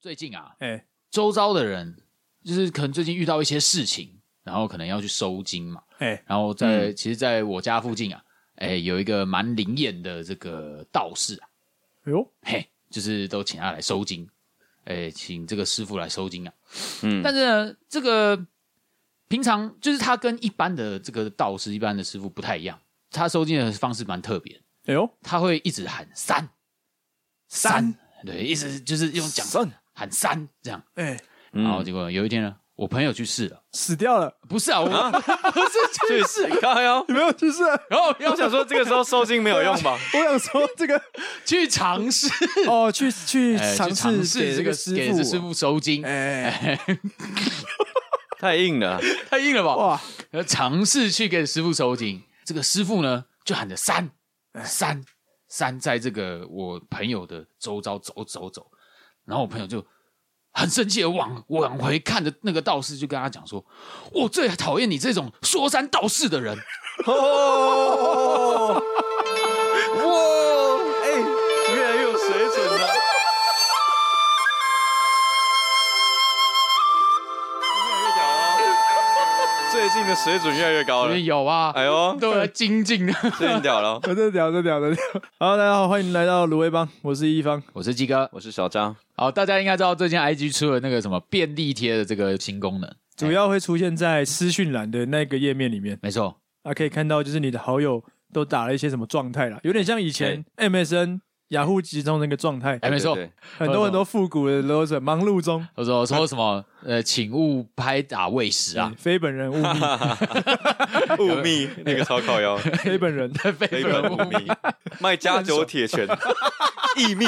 最近啊，哎，周遭的人就是可能最近遇到一些事情，然后可能要去收金嘛，哎，然后在、嗯其实，在我家附近啊，哎、有一个蛮灵验的这个道士啊，哎呦，嘿，就是都请他来收金，哎、请这个师傅来收金啊。嗯但是呢，这个平常就是他跟一般的这个道士、一般的师傅不太一样，他收金的方式蛮特别的，哎呦，他会一直喊三三，对，一直就是用讲三喊三这样。哎，嗯然后结果有一天呢，我朋友去世了，死掉了， 不是啊，我、去世，靠哟！你没有去 世？然后我要想说，这个时候收金没有用吧？我想说这个去尝试， 哦，去去哎去尝尝试给这个师给傅，这师，傅收金，哎， 太硬了，太硬了吧？哇，呃尝试去给师傅收金，这个师傅呢就喊着三哎三三，在这个我朋友的周遭走走走，然后我朋友就。很生气的往往回看着那个道士，就跟他讲说：“我最讨厌你这种说三道四的人。”哦，哇，哎，越来越有水准了。越来越屌哦最近的水准越来越高我觉了得，有啊，哎呦，都有精进的。 最近屌了。我在聊着聊着聊。好，大家好，欢迎来到卤味帮，我是一方。我是鸡哥，我是小张，好，大家应该知道最近 IG 出了那个什么便利贴的这个新功能，主要会出现在私讯栏的那个页面里面，没错，啊，可以看到就是你的好友都打了一些什么状态啦，有点像以前 MSN 雅虎集中那个状态，哎，没错对，对很多很多复古的都是忙碌中，他说说什么 呃，请勿拍打喂食啊哎，非本人勿密， 雾密那个烧烤 腰，非本人。非黑本本勿雾密，卖加九铁拳，意密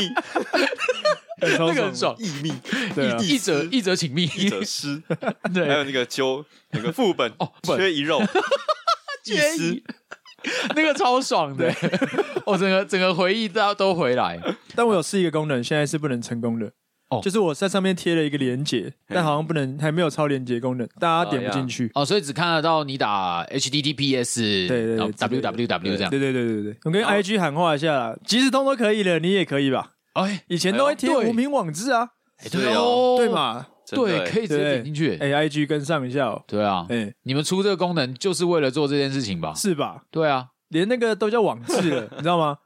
那 那个很 爽，意密，对啊一一则 一则请密，一者师，还有对，那个揪那个副本哦本缺一肉，一缺丝一 那个超爽的， 我整个整个回忆都都回来，但我有试一个功能，现在是不能成功的。哦就是我在上面贴了一个连接，但好像不能，还没有超连接功能，大家点不进去。哦，所以只看得到你打 HTTPS，对对然后之类的 www 这样，对对对对对，我跟然后 IG 喊话一下啦，即时通都可以了，你也可以吧？哎，以前都会贴哎呦对无名网志啊，哎对对哦哦，对？嘛？真的对，欸可以直接对点进去，哎，IG 跟上一下哦，对啊，哎，你们出这个功能就是为了做这件事情吧？是吧？对啊，连那个都叫网志了，你知道吗？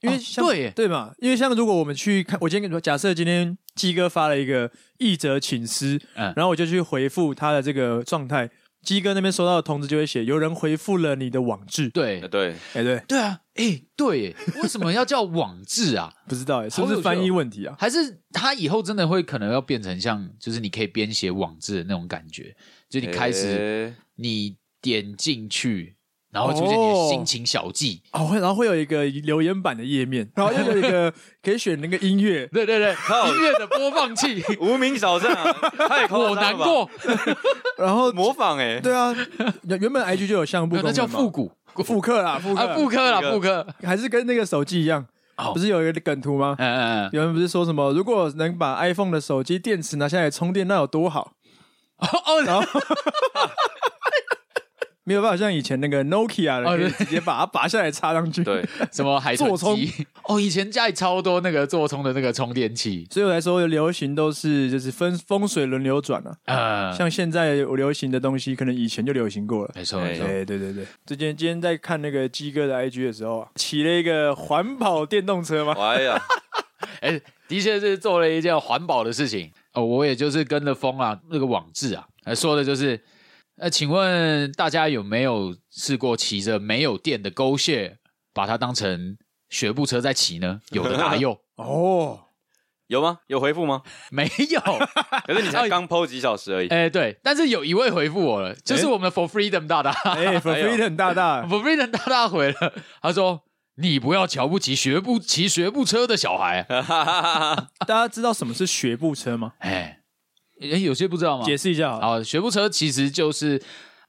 因为哦像对耶对嘛，因为像如果我们去看，我今天跟你说，假设今天鸡哥发了一个译者请私，嗯然后我就去回复他的这个状态，鸡哥那边收到的通知就会写有人回复了你的网志，哎对，对，哎，对，对啊，哎、对耶，为什么要叫网志啊？不知道哎，是不好有趣是翻译哦问题啊？还是他以后真的会可能要变成像，就是你可以编写网志的那种感觉，就你开始始你点进去，然后会出现你的心情小记。哦，会然后会有一个留言板的页面， 然后又有一个可以选那个 音乐，对对对，靠音乐的播放器，无名小站啊，太夸张我了吧难，过，然后模仿哎，对啊，原本 IG 就有项目没有功那能叫嘛复古复刻啦，复刻啊，复刻啦，复复刻刻。还是跟那个手机一样，哦不是有一个梗图吗？嗯嗯嗯， 有人不是说什么，如果能把 iPhone 的手机电池拿下来充电，那有多好？哦哦， 没有办法像以前那个 Nokia 的，哦可以对直接把它拔下来插上去。，对，哦什么海豚座机？哦，以前家里超多那个座充的那个充电器，所以我来说，流行都是就是分风水轮流转啊。呃，像现在有流行的东西，可能以前就流行过了。哎没错没错，对对对对，之前今天在看那个鸡哥的 IG 的时候啊，骑了一个环保电动车嘛，哎呀，哎、的确是做了一件环保的事情哦。我也就是跟着风啊，那个网志啊，呃说的就是，呃，请问大家有没有试过骑着没有电的沟屑，把它当成学步车在骑呢？有的打右，哦，有吗？有回 复吗？没有。可是你才刚 PO 几小时而已，哎、对，但是有一位回复我了，就是我们的 For Freedom 大大、哎 f o r 哎呦 freedom 大大， f o r Freedom 大大回了，他说。你不要瞧不起学步骑学步车的小孩，啊哈哈哈哈大家知道什么是学步车吗？哎、哎，有些不知道吗？解释一下好了，啊，学步车其实就是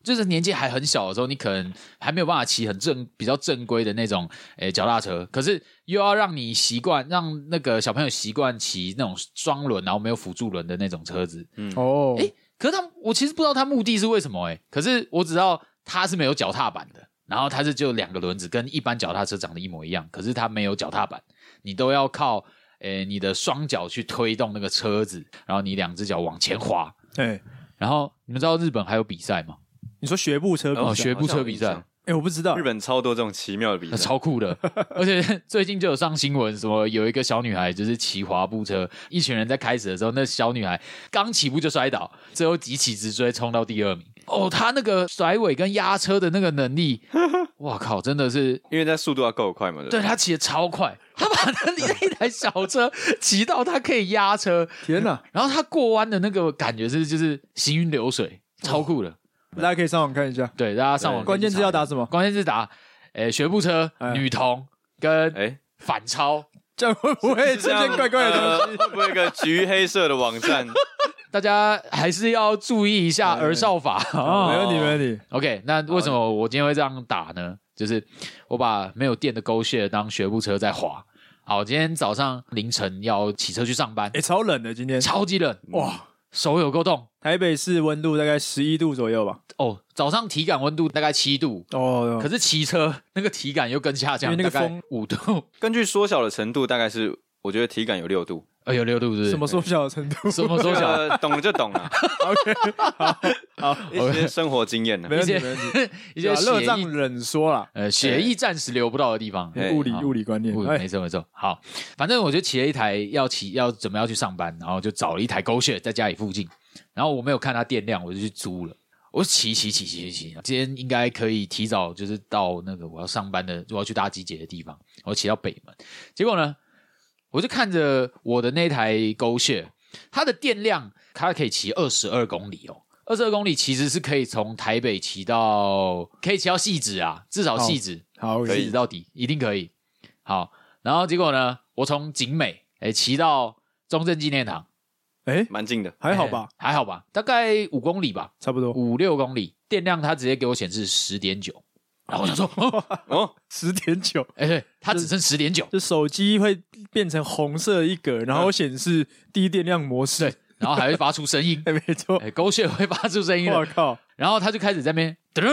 就是年纪还很小的时候，你可能还没有办法骑很正比较正规的那种诶脚踏车，可是又要让你习惯，让那个小朋友习惯骑那种双轮然后没有辅助轮的那种车子。哦，哎、可是他我其实不知道他目的是为什么诶、可是我只知道他是没有脚踏板的。然后它是就两个轮子，跟一般脚踏车长得一模一样，可是它没有脚踏板，你都要靠诶，你的双脚去推动那个车子，然后你两只脚往前滑。哎，然后你们知道日本还有比赛吗？你说学步车比哦，赛？学步车比好像有赛印，哎，我不知道日，本超多这种奇妙的比那赛，超酷 的。而且最近就有上新闻，什么有一个小女孩就是骑滑步车，一群人在开始的时候，那小女孩刚起步就摔倒，最后急起直追冲到第二名。 哦，她那个甩尾跟压车的那个能力，哇靠，真的是。因为它速度要够快嘛。对不，她骑的超快， 她把那里那一台小车骑到她可以压车，天哪，然后她过弯的那个感觉是就是行云流水，超酷的。大家可以上网看一下，对，大家上网关键字要打什么？哦关键字打，诶、学步车、哎女童跟哎，反超，这样会不哎 会出这样现怪怪的东呃西？会不会有一个橘黑色的网站？ 大家还是要注意一下哎儿少法没啊。问题，没问题。 OK，那为什么我今天会这样打呢？就是我把没有电的狗血当学步车在滑。好，今天早上凌晨要骑车去上班，哎，超冷的，今天超级冷，哇，手有够冻台北市温度大概十一度左右吧。哦。早上体感温度大概七度，哦，可是骑车那个体感又更下降，因为那个大概风五度，根据缩小的程度，大概是我觉得体感有六度，哎呦六度是不是什么缩小的程 度什么缩小？啊这个懂了就懂了， ？OK，好，好，一些生活经验呢 没。问一题，些没问题。 一些对啊热血胀液冷缩啦，呃血液暂时流不到的地方。哎物理好物理观念不，嗯没哎，错没错，好，反正我就骑了一台要骑要准备要去上班，然后就找了一台狗血在家里附近，然后我没有看它电量，我就去租了。我骑骑骑骑骑，今天应该可以提早就是到那个我要上班的，我要去搭机姐的地方，我骑到北门。结果呢，我就看着我的那台狗血，它的电量它可以骑二十二公里哦。二十二公里其实是可以从台北骑到，可以骑到汐止啊，至少好汐止。好，一直到底，一定可以。好，然后结果呢，我从景美诶骑到中正纪念堂，哎，蛮近的，还好吧，诶还好吧，大概五公里吧，差不多五六公里，电量它直接给我显示十点九，然后我想 说，哦，哦，十点九。哎、对，它只剩十点九，就手机会变成红色一格，然后显示低电量模嗯式。，对，然后还会发出声音 哎，没错哎、。狗血会发出声音我的，靠，然后他就开始在那边噔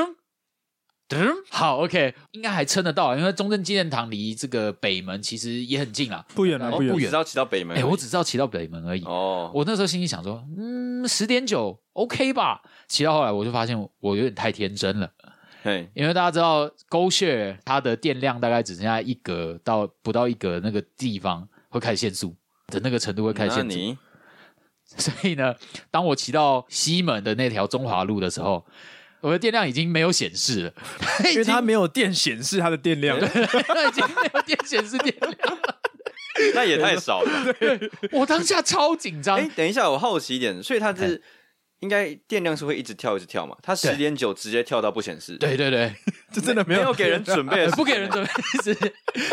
噔，好，OK，应该还撑得到，因为中正纪念堂离这个北门其实也很近啦，不远了，哦不远不了。远只要骑到北门哎、而已。我只知道骑到北门而已，哦，我那时候心里想说，嗯，十点九 OK 吧。骑到后来，我就发现我有点太天真了，嘿，因为大家知道勾血它的电量大概只剩下一格到不到一格那个地方会开始限速的那个程度会开始那限速，你 所以呢，当我骑到西门的那条中华路的时候，我的电量已经没有显示了， 它已因为经它没有电显示它的电量， 它已经没有电显示电 量，那也太少了吧。我当下超紧张哎、，等一下，我好奇一点，所以它是应该电量是会一直跳一直跳嘛？它十点九直接跳到不显示，，对对对，这真的没没有给人电量 准备的呃时间，不给人准备是，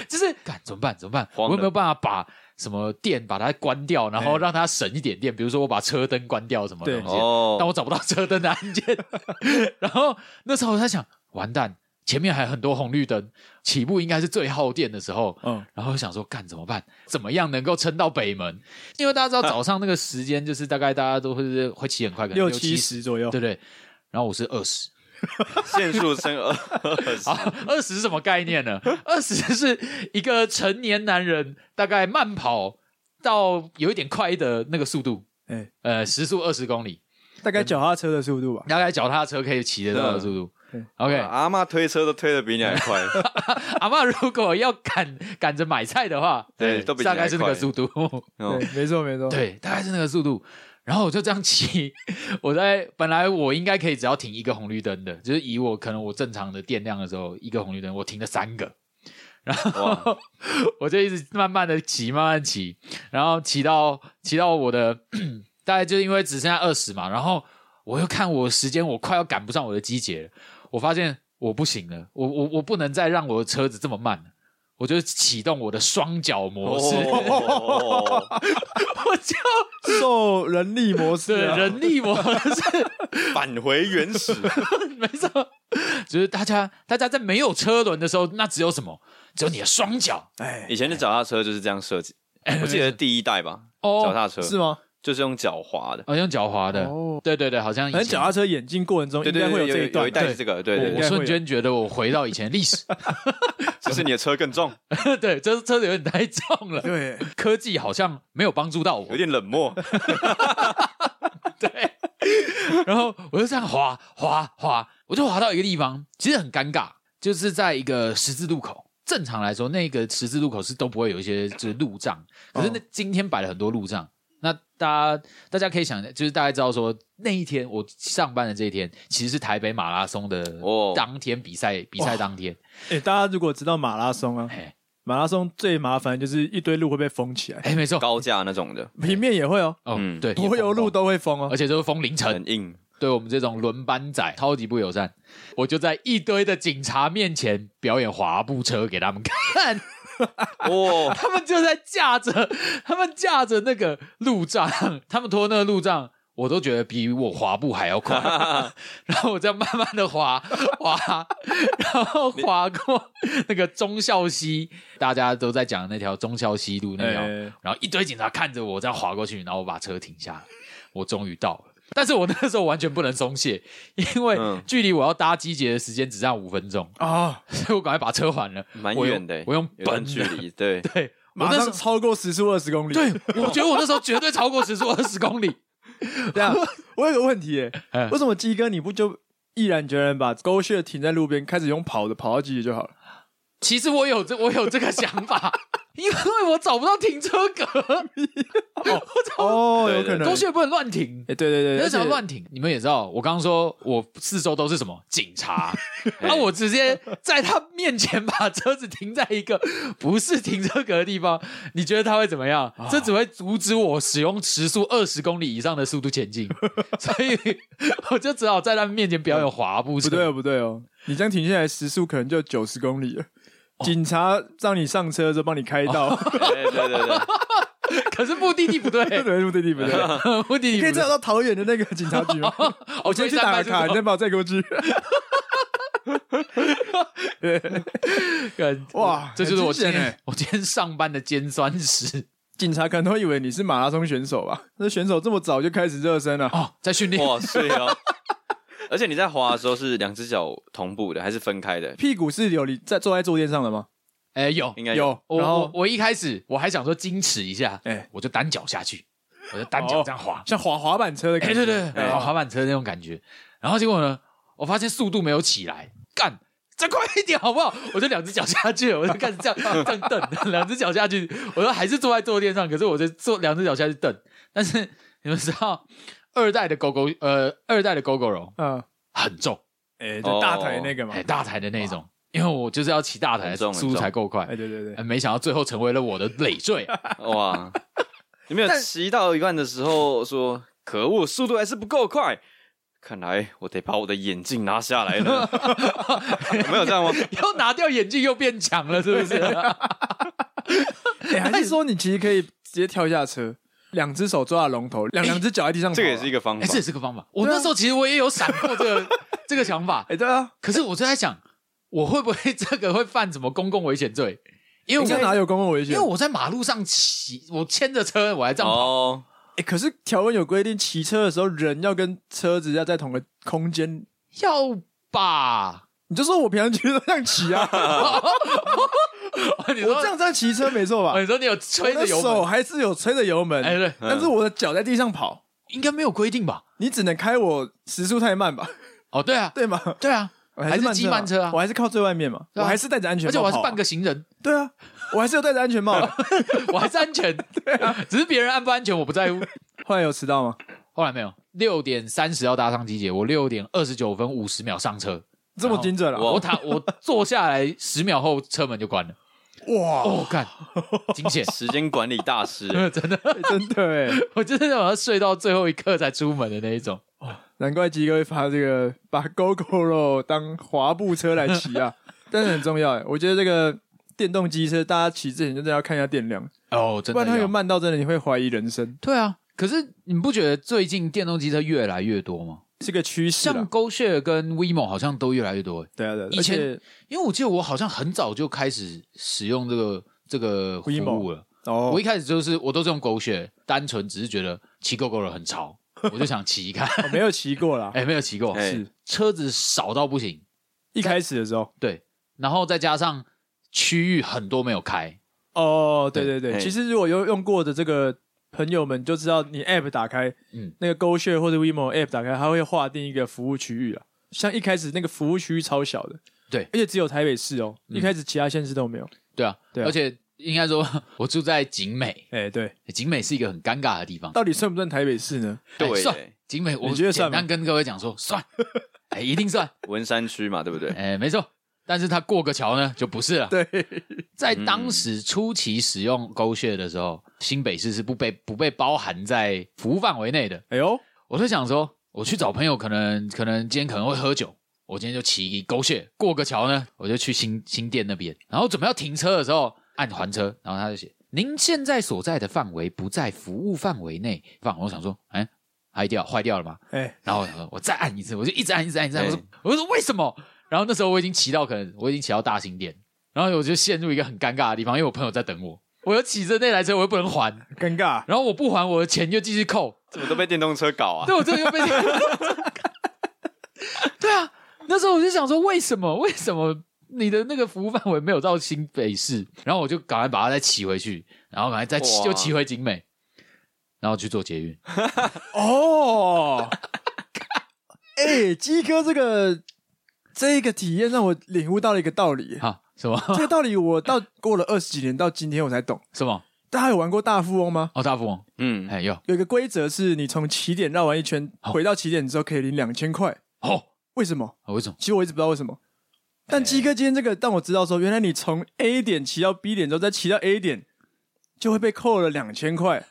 就是干怎么办？怎么办？慌我了有没有办法把什么电把它关掉，然后让它省一点电？比如说我把车灯关掉什么东对西，但哦，我找不到车灯的按 键。然后那时候我在想，完蛋，前面还有很多红绿灯，起步应该是最耗电的时候。嗯，然后我想说，干怎么办？怎么样能够撑到北门？因为大家知道早上那个时间，就是大概大家都会是会骑很快，可能 六七哦七，十左右对。不对？然后我是二十，限速升二二十，啊， 二十是什么概念呢？ 二十是一个成年男人大概慢跑到有一点快的那个速度，哎，呃，时速二十公里，大概脚踏车的速度吧。大概脚踏车可以骑得到啊的速度嗯。 OK，阿妈推车都推的比你还快， 阿妈如果要赶赶着买菜的话，对呃都比你大还概是那个快速度， 哦对，没错没错。，对，大概是那个速度。然后我就这样骑，我在本来我应该可以只要停一个红绿灯的，就是以我可能我正常的电量的时候，一个红绿灯我停了三个，哇，我就一直慢慢的骑，慢慢骑，然后骑到骑到我的 大概就因为只剩下二十嘛，然后我又看我时间，我快要赶不上我的机节了，我发现我不行了，我我我不能再让我的车子这么慢了。我就启动我的双脚模式，哦，我就受人力模式 对啊，人力模式， 返回原始，没错，就是大家大家在没有车轮的时候，那只有什么？只有你的双脚哎以前的脚踏车就是这样设计，我记得第一代吧，哦脚踏车是吗？就是用脚滑的。好像脚滑的，哦对对对，好像以反正前脚踏车演进过程中对应对该对，会有这有有段一代吧，是这个，对对我应我该对，会瞬间觉得我回到以前历史，只是你的车更重， 对，这车子有点太重 了，对，科技好像没有帮助到我有，点冷漠。 然后我就这样滑滑滑，我就滑到一个地方，其实很尴尬，就是在一个十字路口。正常来说，那个十字路口是都不会有一些就是路障，哦可是那今天摆了很多路障。那大家大家可以想，就是大家知道说那一天我上班的这一天，其实是台北马拉松的哦当天比赛、比赛当天，哎，大家如果知道马拉松啊，哎马拉松最麻烦就是一堆路会被封起来，哎，没错，高架那种的，平面也会哦，哦嗯对，柏油路都，都会封哦而。且都是封凌晨，很硬。对我们这种轮班仔超级不友善。我就在一堆的警察面前表演滑步车给他们看， 哦，他们就在架着，他们架着那个路障，他们拖那个路障，我都觉得比我滑步还要快。然后我这样慢慢的滑滑，然后滑过那个忠孝西，大家都在讲那条忠孝西路那条，哎然后一堆警察看着我这样滑过去，然后我把车停下来，我终于到了。但是我那个时候完全不能松懈，因为嗯距离我要搭机捷的时间只剩下五分钟，啊，所以我赶快把车还了。蛮我用远的欸，我用有段本距的，离，对，对，我那马时上候超过时速二十公里。对，我觉得我那时候 绝对超过时速二十公里。这样， 我有个问题耶，嗯为什么鸡哥你不就毅然决然把狗血停在路边，开始用跑的跑到鸡就好了？其实我有这我有这个想法，因为我找不到停车格， 哦，有 对对可能。狗，血不能乱停。哎，对对对，不而且想乱停，你们也知道，我刚刚说我四周都是什么警 察，那、我直接在他面前把车子停在一个不是停车格的地方，你觉得他会怎么样？啊这只会阻止我使用时速二十公里以上的速度前 进，所以我就只好在他们面前表演滑步车。不对哦，不对哦，你这样停下来时速可能就九十公里了。警察让你上车的时候帮你开 道，哎对对对，可是目的地不 对，对对对对不对？目的地你可以不对哦找。到桃园的那个警察局吗？我先去打个卡，你再把我载过去。干哇这就是我今很惊险天欸我今天上班的尖酸史警察可能都以为你是马拉松选手吧？那选手这么早就开始热身了，哦，在训练哇塞哦！而且你在滑的时候是两只脚同步的，还是分开的？屁股是有你在坐在坐垫上的吗？哎有应该有，我然我后我一开始我还想说矜持一下，哎我就单脚下去，我就单脚这样 滑，像滑滑板车的感哎对觉，对，哎滑滑板车那种感觉。然后结果呢，我发现速度没有起来，干。再快一点好不好？我就两只脚下去了，我就开始这样这样蹬，两只脚下去，我说还是坐在坐垫上，可是我就坐两只脚下去蹬。但是你们知道，二代的狗狗呃，二代的狗狗绒嗯，很重，哎，哦就大台那个嘛哎、，大台的那种，因为我就是要骑大台的很重很速度重才够快哎，。对对哎对，没想到最后成为了我的累赘，啊 哇！你没有骑到一半的时候说：“可恶，速度还是不够快。”看来我得把我的眼镜拿下来 了。有没有这样吗？要拿掉眼镜又变强了，是不 是？哎还是说你其实可以直接跳下车，两只手抓着龙头，两两只脚在地上跑啊，这个也是一个，个 方哎、法这。也是个方法。我那时候其实我也有闪过这个 这个想法，哎，对啊，可是我就在想，我会不会这个会犯什么公共危险罪？因为你我看哪有公共危因险为？我在马路上骑，我牵着车，我还这样跑。哦，，哎，可是条文有规定，骑车的时候人要跟车子要在同个空间，要吧？你就说我平常骑都这样骑啊， 你我说这样这样骑车没错吧哦，？你说你有吹我着的油手门？还是有吹着油门，哎、对，但是我的脚在地上跑，应该没有规定吧？你只能开我时速太慢吧？哦，对啊，对吗？对啊，我还是慢机慢车啊我还是靠最外面嘛，对我啊还是戴着安全帽而且跑我啊，还是半个行人。对啊，我还是有戴着安 全帽的。我还是安全， 对啊，只是别人安不安全我不在乎。后来有迟到吗？后来没有，六点三十要搭上机姐，我六点二十九分五十秒上车，这么精准啊了、然后我躺我坐下来十秒后车门就关了，哇，哦，干，惊险 时间管理大师真的，欸真的哎，我真的好像睡到最后一刻才出门的那一种。难怪鸡哥会发这个把 GoGo 肉当滑步车来骑 啊，但是很重要哎，我觉得这个电动机车大家骑之前真的要看一下电量，哦，真不然它的有要，慢到真的你会怀疑人生，对啊。可是你不觉得最近电动机车越来越多吗？是个趋势像啊。 GoShare 跟 WeMo 好像都越来越多欸，对啊对啊，以而前且因为我记得我好像很早就开始使用这个这个服务了。哦，我一开始就是我都是用狗血，单纯只是觉得骑 GO GO 的很潮，我就想骑一看。 我哦没有骑过啦。哎、没有骑过， 哎是车子少到不行，一开始的时候，对，然后再加上区域很多没有开，哦，对对对，嘿其实如果有用过的这个朋友们就知道，你 App 打开，嗯那个 GoShare 或者 WeMo App 打开，它会划定一个服务区域啊。像一开始那个服务区域超小的，对而且只有台北市哦，一开始其他县市都没有。对啊，对啊而且应该说，我住在景美，哎，对，景美是一个很尴尬的地方。到底算不算台北市呢？哎对欸算耶景美，我你觉得简算吗单跟各位讲说，算，哎、一定算，文山区嘛，对 不对？哎、没错。但是它过个桥呢，就不是了。对，在当时初期使用勾血的时候，新北市是不被不被包含在服务范围内的。哎呦，我就想说，我去找朋友，可能可能今天可能会喝酒，我今天就骑狗血过个桥呢，我就去新新店那边，然后准备要停车的时候按还车，然后他就写您现在所在的范围不在服务范围内，放我想说，哎，嗨掉坏掉了吗？哎，然后我想说我再按一次，我就一直按一直按一直按，哎我说我就说为什么？然后那时候我已经骑到可能我已经骑到大兴店，然后我就陷入一个很尴尬的地方，因为我朋友在等我，我要骑着那台车我又不能还，尴尬，然后我不还我的钱又继续扣，怎么都被电动车搞啊？对，我真的又被这个。 对啊，那时候我就想说，为什么？为什么你的那个服务范围没有到新北市？然后我就赶快把它再骑回去，然后赶快再骑，哇又骑回景美，然后去做捷运。哦， 哎，鸡哥这个这个体验让我领悟到了一个道理，好，什么 这个道理我到过了二十几年到今天我才懂。什么？大家有玩过大富翁吗？哦，大富翁，嗯，哎有有一个规则是，你从起点绕完一圈，回到起点之后可以领两千块。哦，为什么？为什么？其实我一直不知道为什么。但鸡哥今天这个让我知道说，原来你从 A 点骑到 B 点之后，再骑到 A 点，就会被扣了两 千块。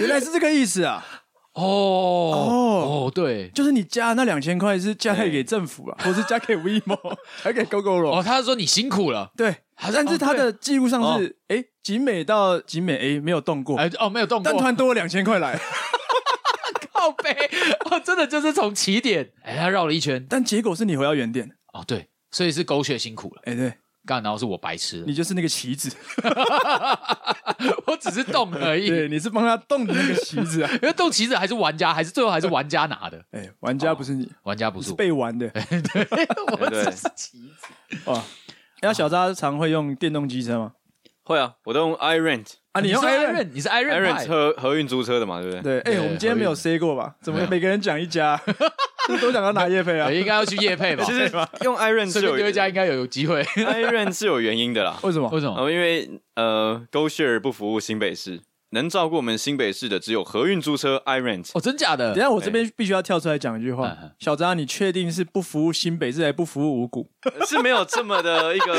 原来是这个意思啊！哦哦对。就是你加的那两千块是加给政府 啊，或是加给 WeMo，加给 GoGo 哦，了。他说你辛苦了，对，好像但是他的记录上是，哎，景美到景美 A 没有动过，哦哎哦没有动但突过，然多了两千块来。靠背哦，真的就是从起点，哎，他绕了一圈，但结果是你回到原点。哦对，所以是狗血辛苦了，哎，对干，然后是我白痴了， 你就是那个棋子，我只是动而已。 对，你是帮他动的那个棋子 啊。因为动棋子还是玩家，还是最后还是玩家拿的，哎，玩家不是你，玩家不是 是哎我。被玩的我只是棋子。哦。那小扎常会用电动机车吗？会啊，我都用 iRent 啊，你用是 Iron？ Iron，你是 Iron 派 iRent 合合运租车的嘛，对不对？对，哎，对我们今天没有合 say 过吧？怎么每个人讲一 家？都讲到拿叶飞啊呃？应该要去夜配吧其？实用 iRent 顺是便有丢一家应该有有机会。 iRent 是有原因的啦。为什么？为什么？呃，因为呃，GoShare 不服务新北市，能照顾我们新北市的只有合运租车 iRent。哦，真假的等一？下我这边必须要跳出来讲一句话嗯嗯，小扎，你确定是不服务新北市，还不服务五股？是没有这么的一 个，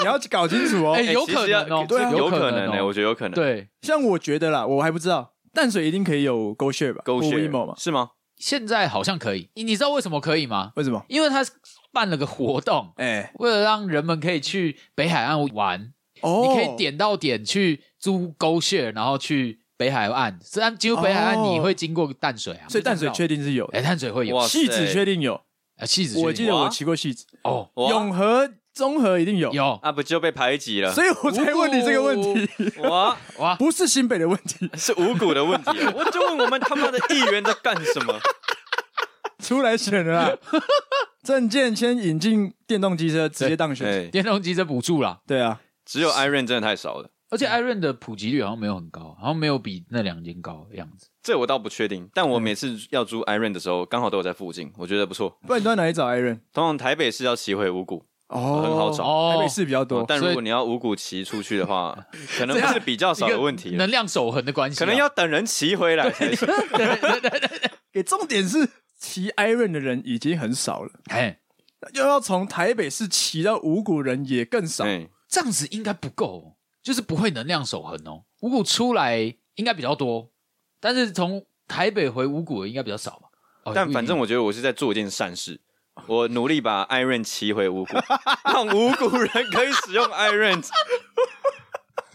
你要搞清楚哦哎。哎有其实可要能哦这个对啊有有可可能能哎，哦我觉得有可能。对，像我觉得啦，我还不知道，淡水一定可以有 Go Share 吧或 GoShare WeMo 嘛？是吗？现在好像可以。你你知道为什么可以吗？为什么？因为他办了个活动，哎，为了让人们可以去北海岸玩，哦，你可以点到点去租 Go Share，然后去北海岸。虽然几乎北海岸哦你会经过淡水啊，所以淡水不知道确定是有的，哎淡水会有哇戏子确定有，啊，气质我确定记得我哇骑过戏子，哦哇永和、综合一定有，有啊，不就被排挤了？所以我才问你这个问题，哇，哇，不是新北的问题， 是五股的问题 啊。我就问我们他妈的议员在干什么？出来选了 啦。证件先引进电动机车，直接当选。哎，电动机车补助啦，对啊，只有 iRent 真的太少了，而且艾润的普及率好像没有很高，好像没有比那两间高的样子。这我倒不确定。但我每次要租 iRent 的时候，刚好都有在附近，我觉得不错。不然你都在哪里找艾润？通常台北市要骑回五股，哦，很好找哦台北市比较多。但所如以果你要五股骑出去的 话，可能这样是比较少的问一题个了，能量守恒的关系啊，可能要等人骑回来 才行。给重点是骑艾润的人已经很少了，哎，又要从台北市骑到五股人也更少。哎，这样子应该不够哦，就是不会能量守恒哦。五股出来应该比较多，但是从台北回五股的应该比较少吧。哦但反正我觉得我是在做一件善事，我努力把 iRent 骑回五股， 让五股人可以使用 iRent。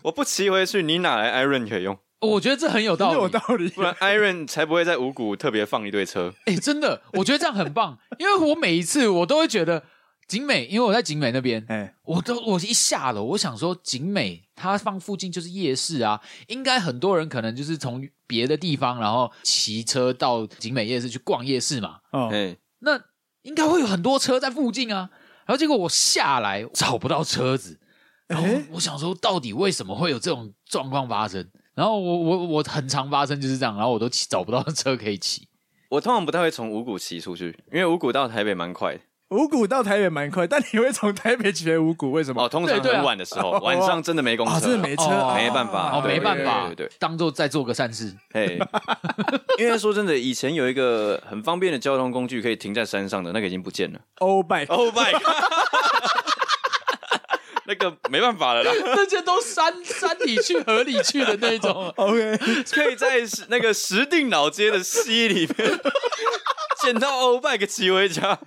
我不骑回去，你哪来 iRent 可以用？我觉得这很有道很理，有道理，不然 iRent 才不会在五股特别放一堆车。哎、真的，我觉得这样很棒，因为我每一次我都会觉得景美，因为我在景美那边，哎，我都我一下楼，我想说景美它放附近就是夜市啊，应该很多人可能就是从别的地方，然后骑车到景美夜市去逛夜市嘛，哦，哎，那应该会有很多车在附近啊。然后结果我下来找不到车子，然后哎，我想说到底为什么会有这种状况发生？然后我我我很常发生就是这样，然后我都骑找不到车可以骑。我通常不太会从五股骑出去，因为五股到台北蛮快的。五股到台北蛮快，但你会从台北骑来五股，为什么哦，？通对常对啊很晚的时候，晚上真的没公啊，车，真的没车，哦啊没办法哦，对没办法，对对对当做再做个善事。 嘿，因为说真的，以前有一个很方便的交通工具可以停在山上的，那个已经不见了。欧拜，。Oh my god！那个没办法了啦，那些都山山里去河里去的那种 OK， 可以在那个石定老街的溪里面捡到 Oh my 骑回家，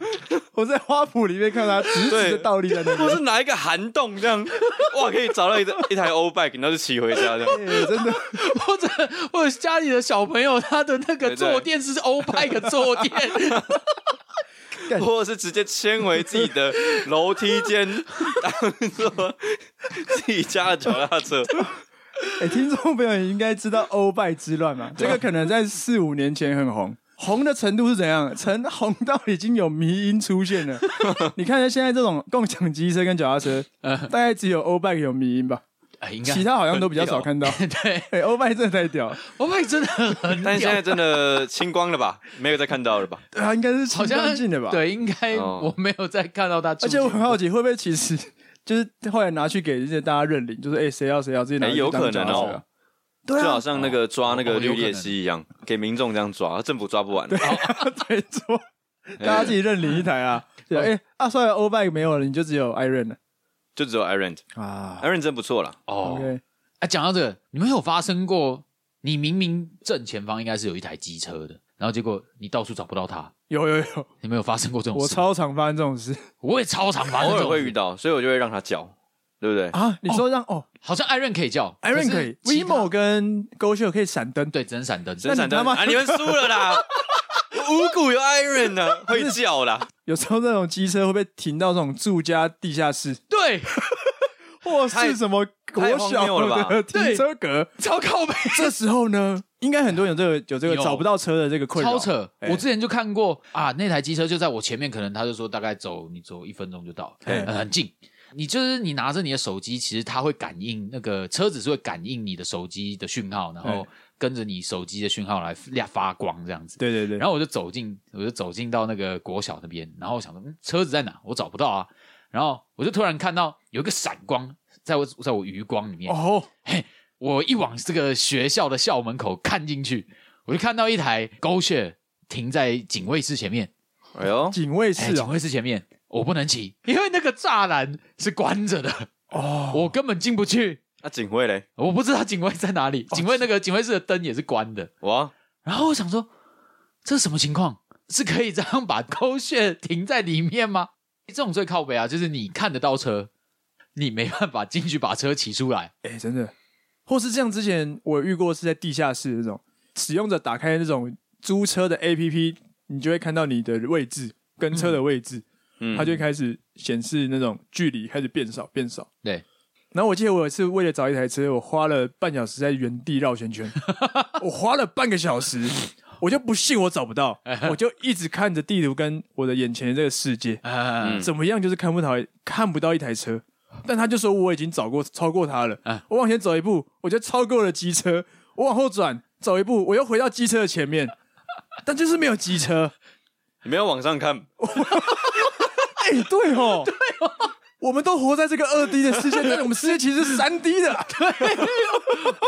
我在花圃里面看到它直直的对倒立在 那或里，是拿一个涵洞这样，哇，可以找到一个一台 Oh my，然后就骑回家这样。哎真的，或者 或者家里的小朋友他的那个对对坐垫是欧派的坐垫， 或者是直接牵回自己的楼梯间，当做自己家的脚踏车。哎，听众朋友应该知道啊欧拜之乱嘛，这个可能在四五年前很红。红的程度是怎样？成红到已经有迷音出现 了。你看现在这种共享机车跟脚踏车，嗯大概只有欧拜有迷音吧，哎，应该其他好像都比较少看到。 对哎，欧拜真的太屌，欧派真的很 但现屌，在真 的清光了吧？没有再看到了吧？对啊，应该是好清干像净的吧？。对，应该哦我没有再看到他出而现，且我很好奇，会不会其实 就是后来拿去给这些大家认领，就是哎谁要谁要自己拿哎去有当可脚能踏哦车啊。对就好啊，像那个抓那哦个哦有绿可能鬣蜥一样，给民众这样抓，政府抓不完。 没错，啊大家自己认领一台啊。对啊，哎啊，算了，欧拜没有了，你就只有 i r o n 了就只有 Iron，Iron 啊。真不错了。哦。 OK，啊，讲到这个，你们有发生过，你明明正前方应该是有一台机车的，然后结果你到处找不到它，有有有，哦你们有发生过这种我事？超常发生这种事我也超常发生偶这尔种会遇事，到，所以我就会让他叫，对不对？啊。你说让哦好像艾润可以叫 i r o n 可可以是其他，Vimo 跟 Go Show 可以闪灯，对，只能闪灯，真闪那你他灯妈啊！你们输 了啦！五谷有 Iron 呢，会叫 啦。有时候那种机车会被停到这种住家地下室，对， 或是什么国太荒小谬了吧的停车格。超靠背， 这时候呢，应该很多人有 这个有这个有找不到车的这个困扰。超扯！哎我之前就看过啊，那台机车就在我前面，可能他就说大概走你走一分钟就到了，哎呃很近。你就是你拿着你的手机，其实它会感应那个车子是会感应你的手机的讯号，然哎后跟着你手机的讯号来亮发光这样子。对对对，然后我就走进，我就走进到那个国小那边，然后我想说、嗯、车子在哪，我找不到啊。然后我就突然看到有一个闪光在我在我余光里面，哦，我一往这个学校的校门口看进去，我就看到一台狗血停在警卫室前面，哎呦，警卫哎室警哦，卫室前面我不能骑，因为那个栅栏是关着的，哦，我根本进不去。那啊警卫嘞？我不知道警卫在哪里，警卫那个警卫室的灯也是关的。哇，然后我想说，这是什么情况？是可以这样把狗血停在里面吗？这种最靠北啊，就是你看得到车，你没办法进去把车骑出来。哎，真的，或是这样。之前我遇过是在地下室那种，使用者打开那种租车的 APP，你就会看到你的位置跟车的位置，嗯它就会开始显示那种距离开始变少变少。对，然后我记得我有一次为了找一台车，我花了半小时在原地绕圈 圈，我花了半个小时，我就不信我找不到，我就一直看着地图跟我的眼前的这个世界，嗯嗯怎么样就是看不到看不到一台车，但他就说我已经找过超过他了，啊我往前走一步我就超过了机车，我往后转走一步我又回到机车的前面，但就是没有机车，你没有往上看，哎、对哦， 对哦，我们都活在这个二 D 的世界，但我们世界其实是三 D 的，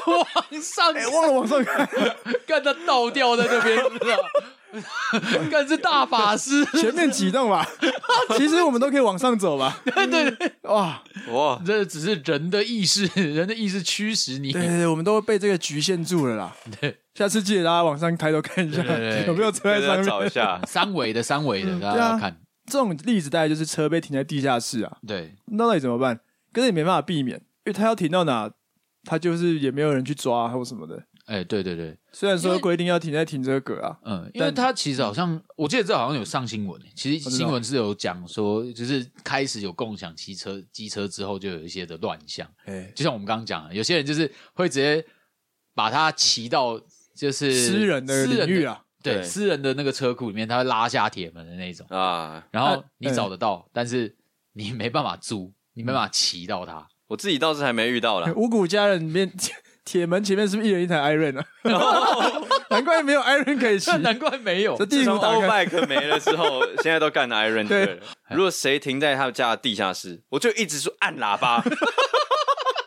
往上哎、忘了往上看，干他倒吊在那边，你知道吗？ 干是大法师， 前面几栋吧，其实我们都可以往上走吧，对对对，哇，哇，这只是人的意识，人的意识驱使你。对对对，我们都被这个局限住了啦，对，下次记得大家往上抬头看一下对对对有没有车 大在家上找一面。下。啊三维的，三维的，大对家啊要看。这种例子大概就是车被停在地下室啊，对，那到底怎么办？可是也没办法避免，因为他要停到哪，他就是也没有人去抓或什么的。哎，对对对，虽然因说为规定要停在停车格啊，嗯，因为但他其实好像，我记得这好像有上新闻欸。其实新闻是有讲说，就是开始有共享汽车、机车之后，就有一些的乱象。哎，就像我们刚刚讲的，有些人就是会直接把它骑到就是私人的私领人域，啊，对对私人的那个车库里面，他会拉下铁门的那种。啊，然啊后你嗯找得到，但是你没办法租，你没办法骑到它。我自己倒是还没遇到啦啊 哎。五谷家人里面 铁门前面是不是一人一台 Iron 啊？ 哦难怪没有 Iron 可以 骑，难怪没有这，地自图从打 O 开， bike 没了之后，现在都干 Iron 对对了。如果谁停在他们家的地下室，我就一直说按喇叭，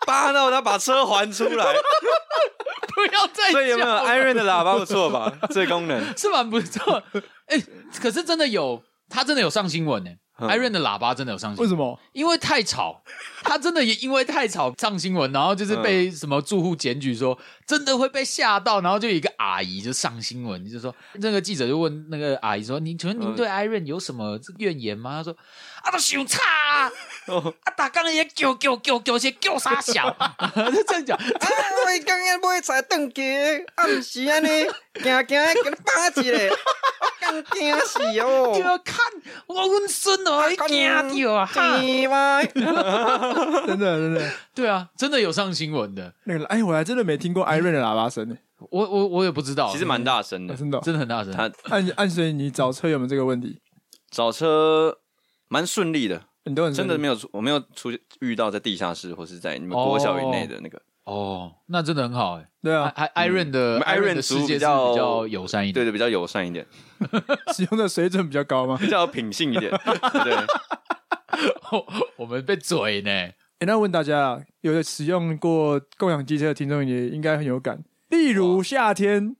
叭到他把车还出 来。 不要再所以有没有叫了 Iron 的喇叭不错吧？这功能是蛮不错。哎、可是真的有，他真的有上新闻呢、嗯 Iron 的喇叭真的有上新闻，为什？么？因为太吵，他真的也因为太吵上新闻，然后就是被什么住户检举说，真的会被吓到，然后就有一个阿姨就上新闻，就说那个记者就问那个阿姨说：“您请问您嗯对 Iron 有什么怨言吗？”他说：“啊，都想差啊，啊，打刚也叫叫叫叫些叫啥小，就这样讲，啊！我刚刚买菜转过，啊，毋是安尼，行行给你扒一下，我刚惊死 就哦！要看我阮孙哦，会惊到啊！”哈天 歪，真的真的，对啊，真的有上新闻的，那个哎，我还真的没听过 Iron 的喇叭声呢，我我我也不知道，其实蛮大声啊的。真的哦。真的很大声。他按按所以你找车有没有这个问题？找车蛮顺利的，你都很真的没有出，我没有出遇到在地下室或是在你们国小以内的那个。哦，那真的很好哎、对啊，还还 Iron 的嗯 Iron Iron 的族世界是比比较较友善一对点，对，比较友善一点， 使用的水准比较高吗？比较有品性一点。 对，我们被嘴呢。欸、那问大家啊，有的使用过共享机车的听众也应该很有感。例如夏天，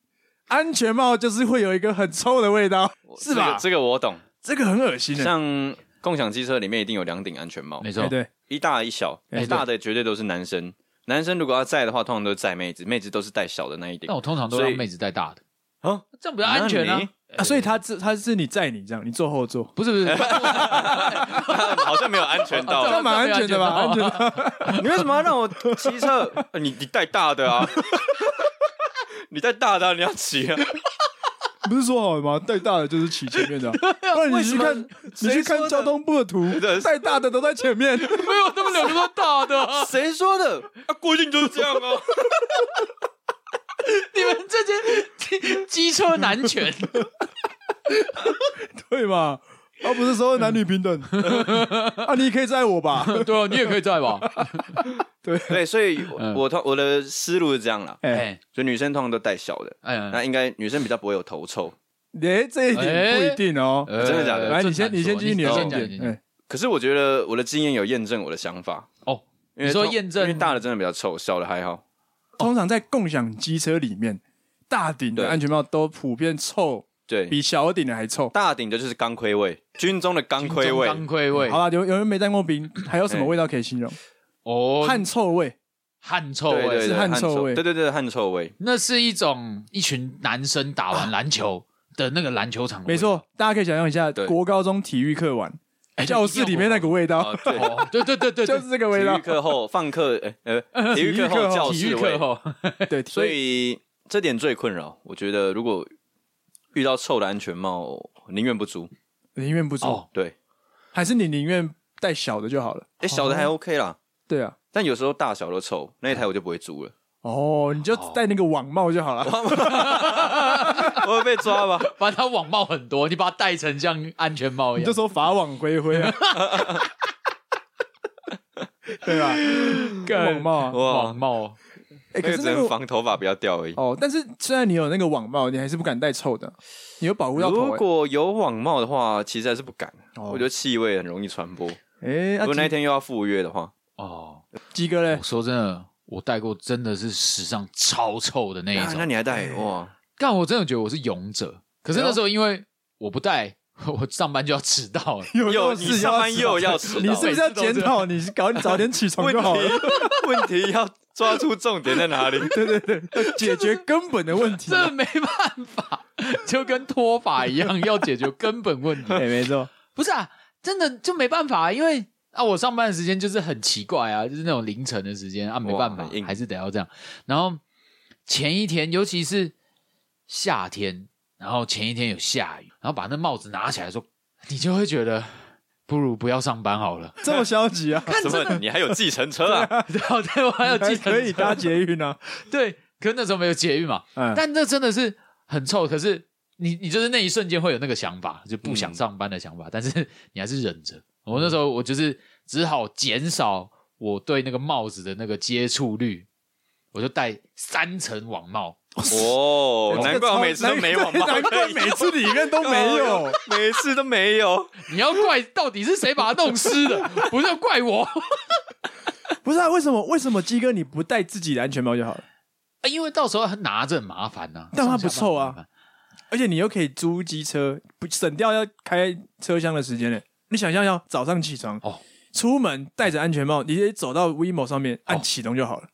安全帽就是会有一个很臭的味道，是吧？这个这个我懂。这个很恶心的、像共享机车里面一定有两顶安全帽没，错欸，对，一大一小哎，大的绝对都是男生。男生如果要载的话，通常都是载妹子，妹子都是带小的那一顶但。我通常都所让以妹子带大的，啊，这样比较哦安全那啊你。 啊，所以他这他是你载你这样，你坐 后座，不是不是，好像没有安全哦这这样样到。蛮安全的吧？安安全全的，你为什么要让我骑车？ 呃你你带大的啊， 你带大的啊你要骑啊。 不是说好了吗？带大的就是骑前面的啊、 不然你去看你去谁说看的交通部的图，对带大的都在前面。 没有他们两个都大的啊、谁说的？啊，规定就是这样 啊。你们这些机机车男权，对嘛？啊，不是说男女平等嗯 啊，你可以载我 吧？对啊，你也可以在吧？对，所以我嗯我通我的思路是这样啦，哎、哎所以女生通常都带小的，哎那应该女生比较不会有头臭。哎、这一点不一定哦。呃哎真的假的来，这你先，难你先说继续你的先重讲你点。先讲哎可是我觉得我的经验有验证我的想法，哦，你因为说通验证因为大的真的比较臭，小的还好。通常在共享机车里面，大顶的对安全帽都普遍臭，对，比小顶的还臭。大顶的就是钢盔味，军中的钢盔味。当亏位好啦，有有人没当过兵，还有什哎么味道可以形容？哦，汗臭味，汗臭对味对对是汗臭味对对对，汗臭味。那是一种一群男生打完篮球的那个篮球场，没，错，大家可以想象一下，对国高中体育课完，哎教室里面那股味道，哦，对，哦，对对对对， 就对是这个味体道育。课后放课，呃呃，体育体育课课后后教体育室课哦味。后，对，所以这点最困扰。我觉得如果遇到臭的安全帽，宁愿不租。宁愿不租哦，对，还是你宁愿戴小的就好了。哎、小的还 OK 啦，对啊，但有时候大小都臭，那一台我就不会租了， 哦，你就戴那个网帽就好了。我会被抓吧？把它网帽很多，你把它戴成像安全帽一你就样，说法网恢恢 啊，对吧？干网帽啊，网哇，帽哎、那可个是只那能个防头发不要掉而已。哦，但是虽然你有那个网帽，你还是不敢戴臭的，你有保护到头、如欸。果有网帽的话，其实还是不敢，哦我觉得气味很容易传播。哎、如果那啊一天又要赴约的话，哦。鸡鸡哥嘞我，说真的，我戴过真的是史上超臭的那啊一那种，你还戴哇？但我真的觉得我是勇者。可是那时候因为我不戴， 我上班就要迟到 了。有又事你上班又要要迟迟到，你到是不是要检讨？你是搞你早点起床问就题好了。问题要抓住重点在哪里？对对对，要解决根本的问 题。这没办法，就跟脱发一样，要解决根本问题哎、。没错，不是啊，真的就没办法、因为啊，我上班的时间就是很奇怪啊，就是那种凌晨的时间啊，没办法很，硬还是得要这样。然后前一天，尤其是夏天，然后前一天有下雨，然后把那帽子拿起来说，你就会觉得不如不要上班好了。 这么消极啊？什么？你还有计程车啊？然后对我还有还记得可以搭捷运啊？对，可是那时候没有节育嘛，嗯但那真的是很臭。可是你你就是那一瞬间会有那个想法，就不嗯想上班的想法，但是你还是忍着。我那时候我就是只好减少我对那个帽子的那个接触率，我就戴三层网帽。 哦，难怪我每次都没网吧，难怪每次里面都没有。，每次都没有。 你要怪到底是谁把它弄湿 的，不是怪我，啊不是啊？为什么？为什么鸡哥你不戴自己的安全帽就好了？啊因为到时候他拿着很麻烦呐、但它上不下班臭啊很麻烦。而且你又可以租机车，不省掉要开车厢的时间嘞。你想象要早上起床哦出门戴着安全帽，你直接走到 WeMo 上面按启动就好了，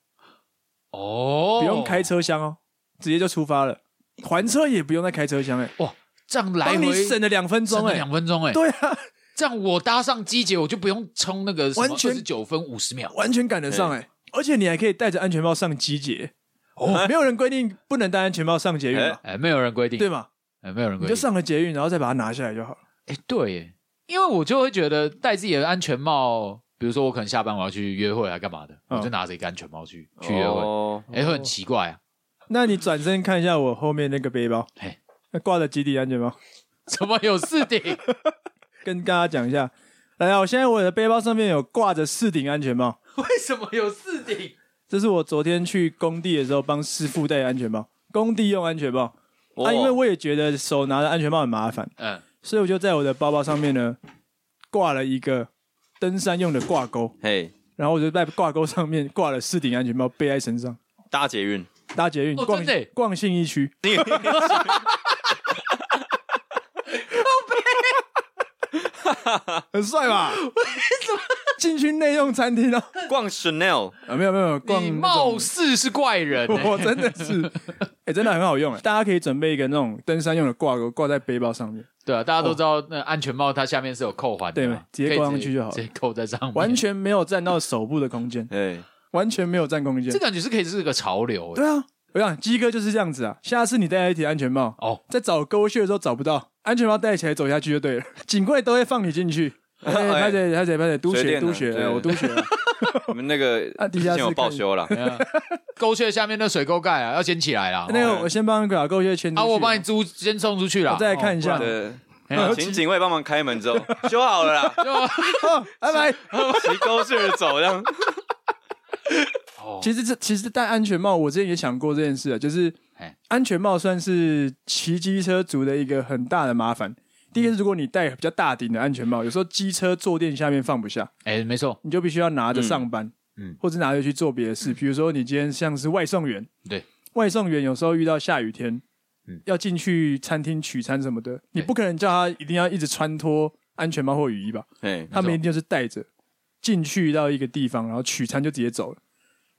哦，不用开车厢哦，直接就出发了。还车也不用再开车厢哎，哇，这样来帮回你省了两分省钟了哎两。分钟哎、对啊，这样我搭上机姐，我就不用冲那个完全十九分五十秒。完全赶得上哎，而且你还可以戴着安全帽上机捷。哦，没有人规定不能戴安全帽上捷运嘛，哎，没有人规定，对？吗？哎，没有人你规定。就上了捷运，然后再把它拿下来就好了。哎，对耶，因为我就会觉得戴自己的安全帽，比如说我可能下班我要去约会啊，干嘛的，嗯我就拿着一个安全帽去去约会，哦哎，会很奇怪啊。 那你转身看一下我后面那个背包嘿，那挂着几顶安全帽。怎么有四 顶？跟大家讲一下，来啊，我现在我的背包上面有挂着四顶安全帽，为什么有四顶？这是我昨天去工地的时候帮师傅戴的安全帽，工地用安全帽。哦啊，因为我也觉得手拿着安全帽很麻烦，嗯，所以我就在我的包包上面呢挂了一个登山用的挂钩，嘿，然后我就在挂钩上面挂了四顶安全帽背在身上，搭捷运，搭捷运哦逛真的耶逛信义区。 很帅吧？为什么进去内用餐厅哦？ 逛 Chanel，啊，没有没有， 逛你那种貌似是怪人欸耶。 我真的是，哎、真的很好用哎，大家可以准备一个那种登山用的挂钩，挂在背包上面，对啊，大家都知道，那安全帽它下面是有扣环的嘛，哦对直接可以扣上去就好了直接扣在上面。完，全没有占到手部的空间，哎，完全没有占空间这。感觉是可以是个潮流欸耶。 对啊，我想鸡哥就是这样子啊。下次你戴一顶安全帽，哦，在找沟穴的时候找不到，安全帽戴起来走下去就对了，警卫都会放你进去。哎拍谁拍谁拍谁，督随学便啊督学，对哎我督学啊。我们那个啊地之下室前有报 修了，对啊沟穴下面那水沟盖啊，要掀起来啦。那个我先帮搞沟穴圈出啊，去我帮你租先送出去啦。我再来看一下哦不然 对，哎呀请警卫帮忙开门之后修好了啦，哦拜拜。骑勾着走，这 样哦其实这其实戴安全帽，我之前也想过这件事啊，就是哎安全帽算是骑机车族的一个很大的麻烦。第一个是，如果你戴比较大顶的安全帽，有时候机车坐垫下面放不下，哎，没错，你就必须要拿着上班，嗯嗯或者拿着去做别的事。比如说，你今天像是外送员，对，外送员有时候遇到下雨天，嗯要进去餐厅取餐什么的，你不可能叫他一定要一直穿脱安全帽或雨衣吧？哎，他们一定就是带着进去到一个地方，然后取餐就直接走了，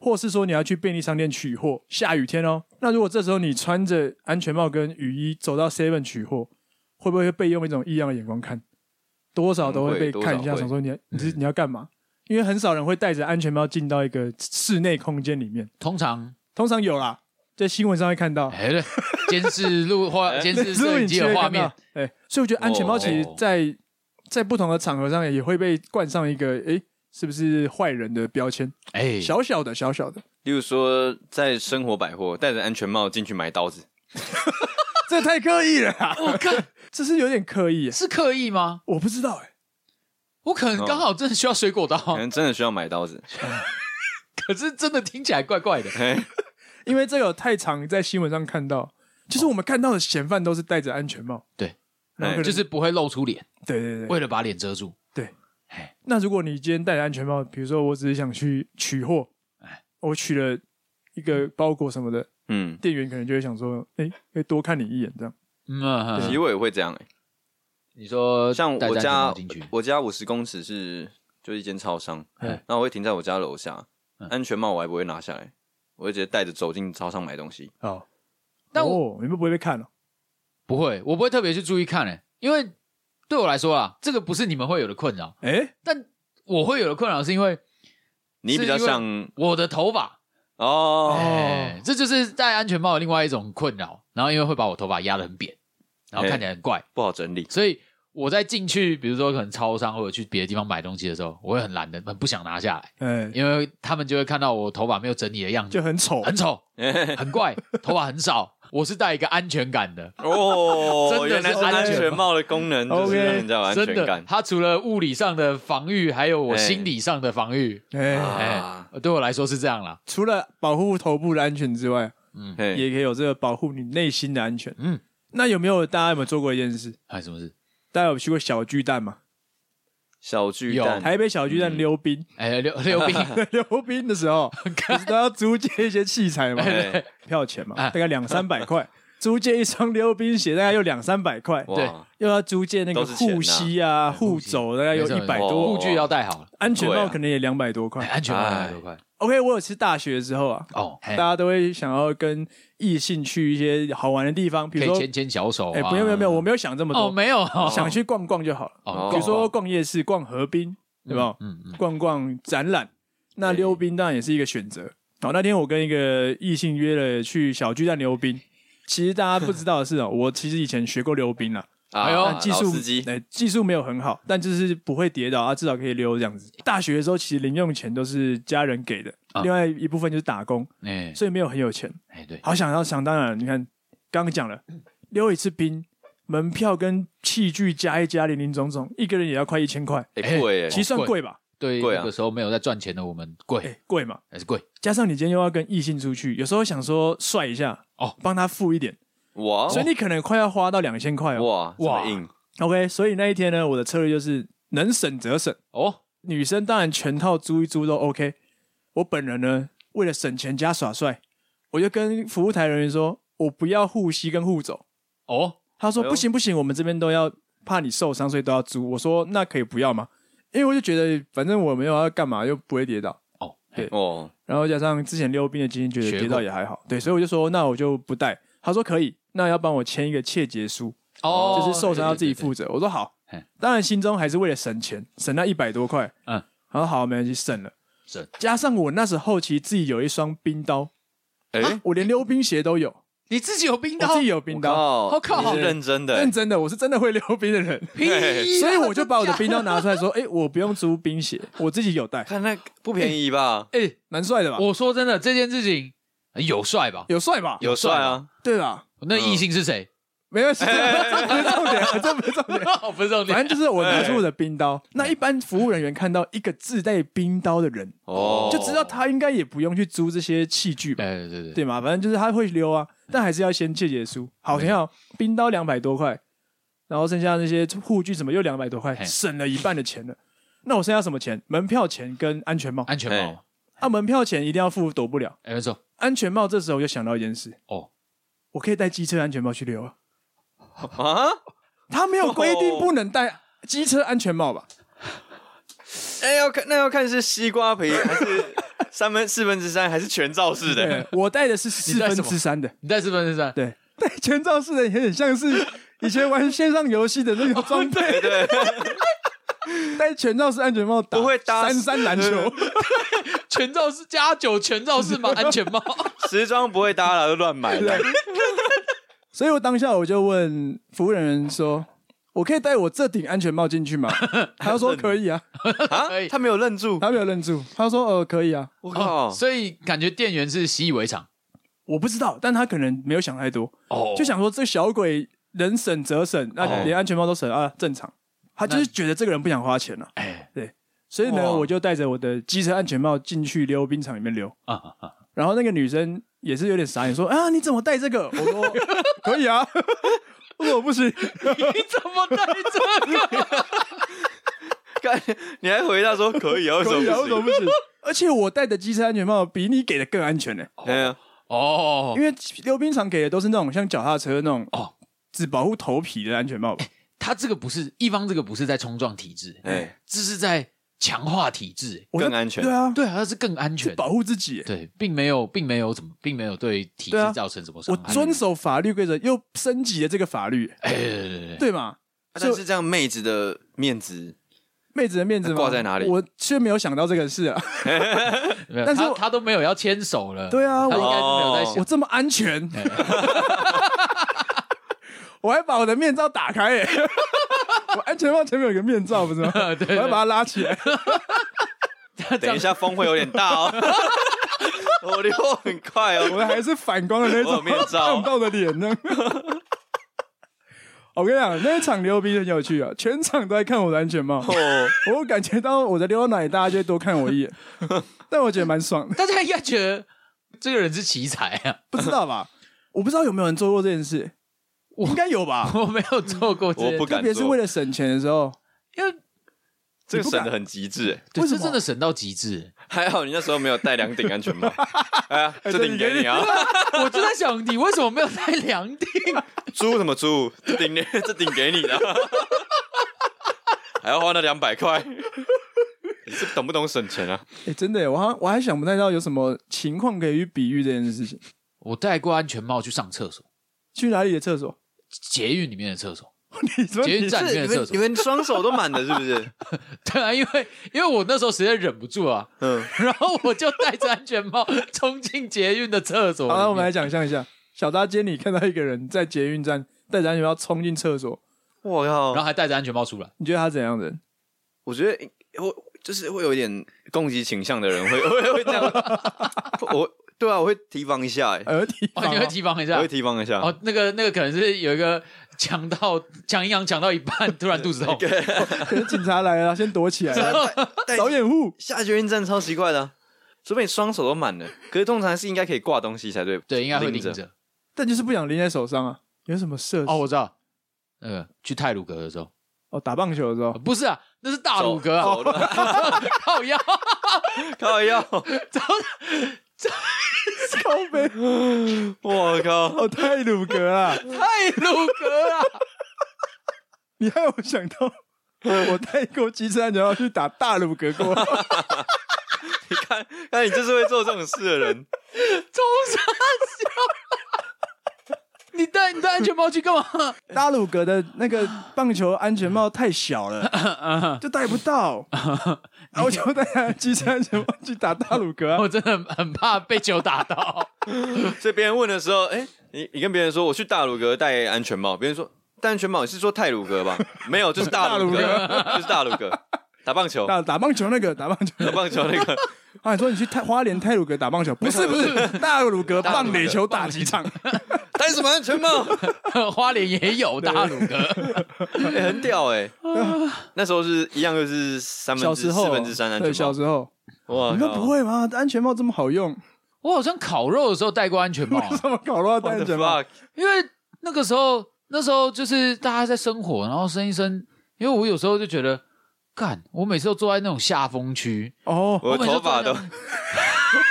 或是说你要去便利商店取货，下雨天哦。那如果这时候你穿着安全帽跟雨衣走到 Seven 取货，会不会被用一种异样的眼光看？多少都会被看一下，嗯会多少会想说你你是你要干嘛？因为很少人会戴着安全帽进到一个室内空间里面，通常通常有啦，在新闻上会看到。哎，对， 监视录哎画、监视摄影机的画面，，哎、所以我觉得安全帽其实哦在、在不同的场合上也会被冠上一个哎、是不是坏人的标签？哎，小小的，小小的，例如说在生活百货戴着安全帽进去买刀子，这太刻意了啦，我看这是有点刻意、啊是刻意吗？我不知道哎、我可能刚好真的需要水果刀，可能真的需要买刀子，可是真的听起来怪 怪的。哎，因为这个太常在新闻上看到，就是我们看到的嫌犯都是戴着安全帽，对，哎然后可能就是不会露出脸，对对对。为了把脸遮住。那如果你今天戴着安全帽，比如说我只是想去取货，哎我取了一个包裹什么的，嗯，店员可能就会想说，哎、可以多看你一眼这样。嗯，啊其实我也会这样，哎。你说像戴我着安全家哦帽进去，我家五十公尺是就一间超商，嗯然后我会停在我家楼下嗯，安全帽我还不会拿下来，我会直接带着走进超商买东西。哦，但我哦、你们不会被看哦。不会，我不会特别去注意看诶、因为对我来说啊，这个不是你们会有的困扰，哎、但我会有的困扰是因为你比较是因为像我的头发哦，哎，这就是戴安全帽的另外一种困扰。然后因为会把我头发压得很扁，然后看起来很怪，不好整理。 所以我在进去，比如说可能超商或者去别的地方买东西的时候，我会很懒得，很不想拿下来，哎，因为他们就会看到我头发没有整理的样就子，很丑，很丑，很怪，头发很少。我是戴一个安全感 的，哦，真原的来是是安安全全帽的功能就是 OK 让人家有安真全的感。。它除了物理上的防御，还有我哎心理上的防御。哎，哎啊，对我来说是这样啦。除了保护头部的安全之外，嘿也可以有这个保护你内心的安全。嗯，那有没有大家有没有做过一件事？还有哎什么事？大家有去过小巨蛋吗？小巨嗯蛋，台北小巨蛋溜冰，哎， 溜溜冰，溜冰的时候不是都要租借一些器材吗？哎票钱嘛，哎大概两三百 块。租借一双溜冰鞋大概又两三百块，对哇，啊又要租借那个都是钱啊护膝啊、护肘，大概有哎没错一百没错多，护具要戴好了，安全对帽啊可能也两百多哦啊块哎。安全帽戴多块 OK，我有次大学的时候啊，哦，大嘿家都会想要跟异性去一些好玩的地方，比可如以说牵，牵小手哎，啊。不用不用不用，我没有想这么哦，多，没有哦想去逛逛就好了。哦哦比如说逛夜市、逛河滨，对吧？嗯嗯，逛逛展览，那溜冰当然也是一个选择。好，那天我跟一个异性约了去小巨蛋溜冰。其实大家不知道的是 哦，我其实以前学过溜冰啊，哎呦啊，但技老术司机，哎技术没有很好，但就是不会跌倒啊，至少可以溜这样子。大学的时候其实零用钱都是家人给的，啊另外一部分就是打工，哎所以没有很有钱。哎对，好想要想当然，你看刚刚讲了，溜一次冰，门票跟器具加一加，零零总总，一个人也要快一千块，哎贵耶其实算哦贵贵吧？对贵啊那个时候没有在赚钱的我们哎、贵贵嘛。还是贵，加上你今天又要跟异性出去，有时候想说帅一下哦哦，帮他付一点，哇所以你可能快要花到两千块哦。哦哇哇哇硬 OK，所以那一天呢，我的策略就是能省则省。哦，女生当然全套租一租都 OK。我本人呢，为了省钱加耍帅，我就跟服务台人员说，我不要护膝跟护肘。哦，他说哎呦不行不行，我们这边都要怕你受伤，所以都要租。我说那可以不要吗？因为我就觉得反正我没有要干嘛，又不会跌倒。哦，对哦，然后加上之前溜冰的经验，觉得学跌倒过也还好，对，所以我就说那我就不带。他说可以，那要帮我签一个切结书，哦，就是受伤要自己对。对对对负责。我说好嘿，当然心中还是为了省钱，省那一百多块，嗯嗯，然后好没关系，省了。省加上我那时候其实自己有一双冰刀，哎，我连溜冰鞋都有，你自己有冰我刀自己，有冰刀，靠，好哦靠你是认真的欸认，真的，我是真的会溜冰的人，屁呀哎 所以我就把我的冰刀拿出来说，哎， 我不用租冰鞋，我自己有 带，看那不便宜啊吧？哎，蛮帅的吧？我说真的，这件事情有帅吧？有帅吧？ 有有帅帅啊，对吧？那异性是谁？没有，这不是重点，啊这不是重嗯 点。哦不是重点反正就是我拿出我的冰 刀，那一般服务人员看到一个自带冰刀的人，哦，就知道他应该也不用去租这些器具吧，哎对对对对，对吗？反正就是他会溜啊，但还是要先借借书。好，挺好，冰刀两百多块，然后剩下那些护具什么又两百多块嘿，省了一半的钱了。那我剩下什么钱？门票钱跟安全帽。安全帽，啊，门票钱一定要付，躲不了。哎，没错，安全帽这时候我就想到一件事，哦，我可以带机车安全帽去溜啊。啊，他没有规定哦不能戴机车安全帽吧？哎，要看那要看是西瓜皮 还是三分四分之三还是全罩式的对，我戴的 是四分之三的，你戴四分之三，对，戴全罩式的也很像是以前玩线上游戏的那种装备， 对，戴全罩式安全帽打不会搭三三篮球，全罩式加九全罩式吗？安 全帽，时装不会搭了，就乱买的。所以我当下我就问服务人员说：“我可以戴我这顶安全帽进去吗？” 他说：“可以啊。啊可以，他没有愣住，他没有愣住，他说：“呃，可以啊。我靠，所以感觉店员是习以为常，”我不知道，但他可能没有想太多，哦就想说这小鬼能省则省，哦那连安全帽都省啊，正常。他就是觉得这个人不想花钱了、啊，哎所以呢，哇我就戴着我的机车安全帽进去溜冰场里面溜。啊啊啊，然后那个女生也是有点傻眼，说：“啊，你怎么戴这个？”我说：“ 可以啊。”我说：“我不行。你 怎么戴 这个？干，你还回答说可以啊，为什可以啊，么为什么不不行？行？而且我戴的机车安全帽比你给的更安全呢、哎呀，哦因，为溜冰场给的都是那种像脚踏车那种哦哦，只保护头皮的安全帽吧。他这个不是一方，这个不是在冲撞体制，哎，这是在强化体制。哎我就更安全对啊，对啊，它是更安全，保护自己欸、对，并没有，并没有怎么，并没有对体对啊制造成什么伤我害。遵守法律规则，又升哎级了这个法律欸、哎，对对对对对嘛？但是这样妹子的面子妹子的面子吗挂在哪里我却没有想到这个事啊！没有但是他我他都没有要牵手了，对啊他应该是没有哦在 我想。这么安全，哎 我还把我的面罩打开耶、 我安全帽前面有一个面罩，不是吗？对对我要把它拉起 来。等一下风会有点大哦，我流很快我哦。的还是反光的那我有种面罩看不到的脸呢。 我跟你讲，那一场溜冰很有趣啊，全场都在看我的安全帽，哦，我感觉到我的溜到哪里，大家就会多看我一 眼，但我觉得蛮爽的。大家应该觉得这个人是奇才啊，不知道 吧？我不知道有没有人做过这件事，应该有吧？我没有做过这件，我不特敢别是为做，了省钱的时候，因为这个省的很极致欸。对为什这么真的省到极致。欸还好你那时候没有戴两顶安全帽，哎呀，这顶给你啊！我就在想，你为什么没有带凉顶？租什么租？这顶给这顶给你的，还要花那两百块，你是懂不懂省钱啊？哎、真的耶，我好像我还想不太到有什么情况可以去比喻这件事情。我戴过安全帽去上厕所，去哪里的厕所？ 捷运里面的厕所，你说捷你运站里面的厕所。们双手都满的，是不是？对啊，因为因为我那时候实在忍不住啊， 嗯，然后我就戴着安全帽冲进捷运的厕所里面。好了，我们来想象一下，小大街你看到一个人在捷运站戴着安全帽冲进厕所，我然后靠！还戴着安全帽出来。你觉得他怎样的人？我觉得我就是会有一点攻击倾向的人， 会会会这样。我对啊，我会提防一下，哎，耳啊体哦，你会提防一下我会。提防一下。哦，那个那个可能是有一个抢到抢营养抢到一半，突然肚子痛。可是警察来了，先躲起来戴 了，戴找掩护。下决运站超奇怪的啊，除非你双手都满了，可是通常是应该可以挂东西才对。对，应该会拎拎着着。但就是不想拎在手上啊。有什么设哦，哦我知道，那个去泰鲁格的时候，哦，打棒球的时呃候，不是啊，那是大手鲁格啊，手的靠腰。靠腰，靠背我靠！哦，太鲁格啦！泰鲁格啊，你还有想到我带过机车安全帽去打大鲁格过？你看，看你就是会做这种事的人。中山小。你戴你戴安全帽去干嘛？ 大鲁格的那个棒球安全帽太小了，就戴不到，然后我就戴机车安全帽去打大鲁格啊我。真的很很怕被球打到。 所以别人问的时候，哎、你你跟别人说我去大鲁格戴安全帽，别人说戴安全帽，你是说泰鲁格吧？ 没有，就是大鲁格，就是大鲁格打棒球，打啊打打棒球那个打棒球，棒球那个啊，你说你去泰花莲泰鲁格打棒球？不是不是，大鲁格棒垒球打几场？戴什么安全帽？花莲也有大鲁格，哎很屌哎、那时候是一样，就是三分小之时四候分之三安对，小全帽。哦时候哇你靠们不会吗？安全帽这么好用， 我好像烤肉的时候戴过安全帽啊、为 什么搞乱戴 What 安 the 全帽？ fuck？因为那个时候那时候就是大家在生火，然后生一生，因为我有时候就觉得，干，我每次都坐在那种下风区，哦，我的头发都我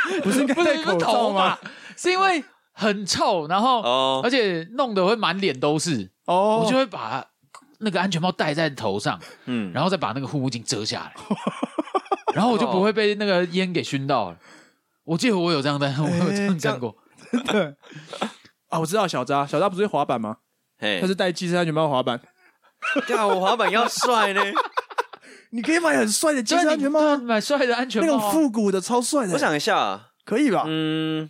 每不是应该不是戴因为口罩头吗发？，是因为很臭，然后、哦而且弄得会满脸都是，哦，我就会把那个安全帽戴在头上，嗯，然后再把那个护目镜遮 下来，然后我就不会被那个烟给熏到了。我记得我有这样戴，我有这样这干样过。对啊，我知道小扎，小扎不是会滑板吗？嘿他是，戴机车安全帽滑板，看我滑板要帅呢。你可以买很帅的机对啊车安你全帽对啊啊，买帅的安全那帽种啊，复古的超帅的，我想一下，啊可以吧？嗯，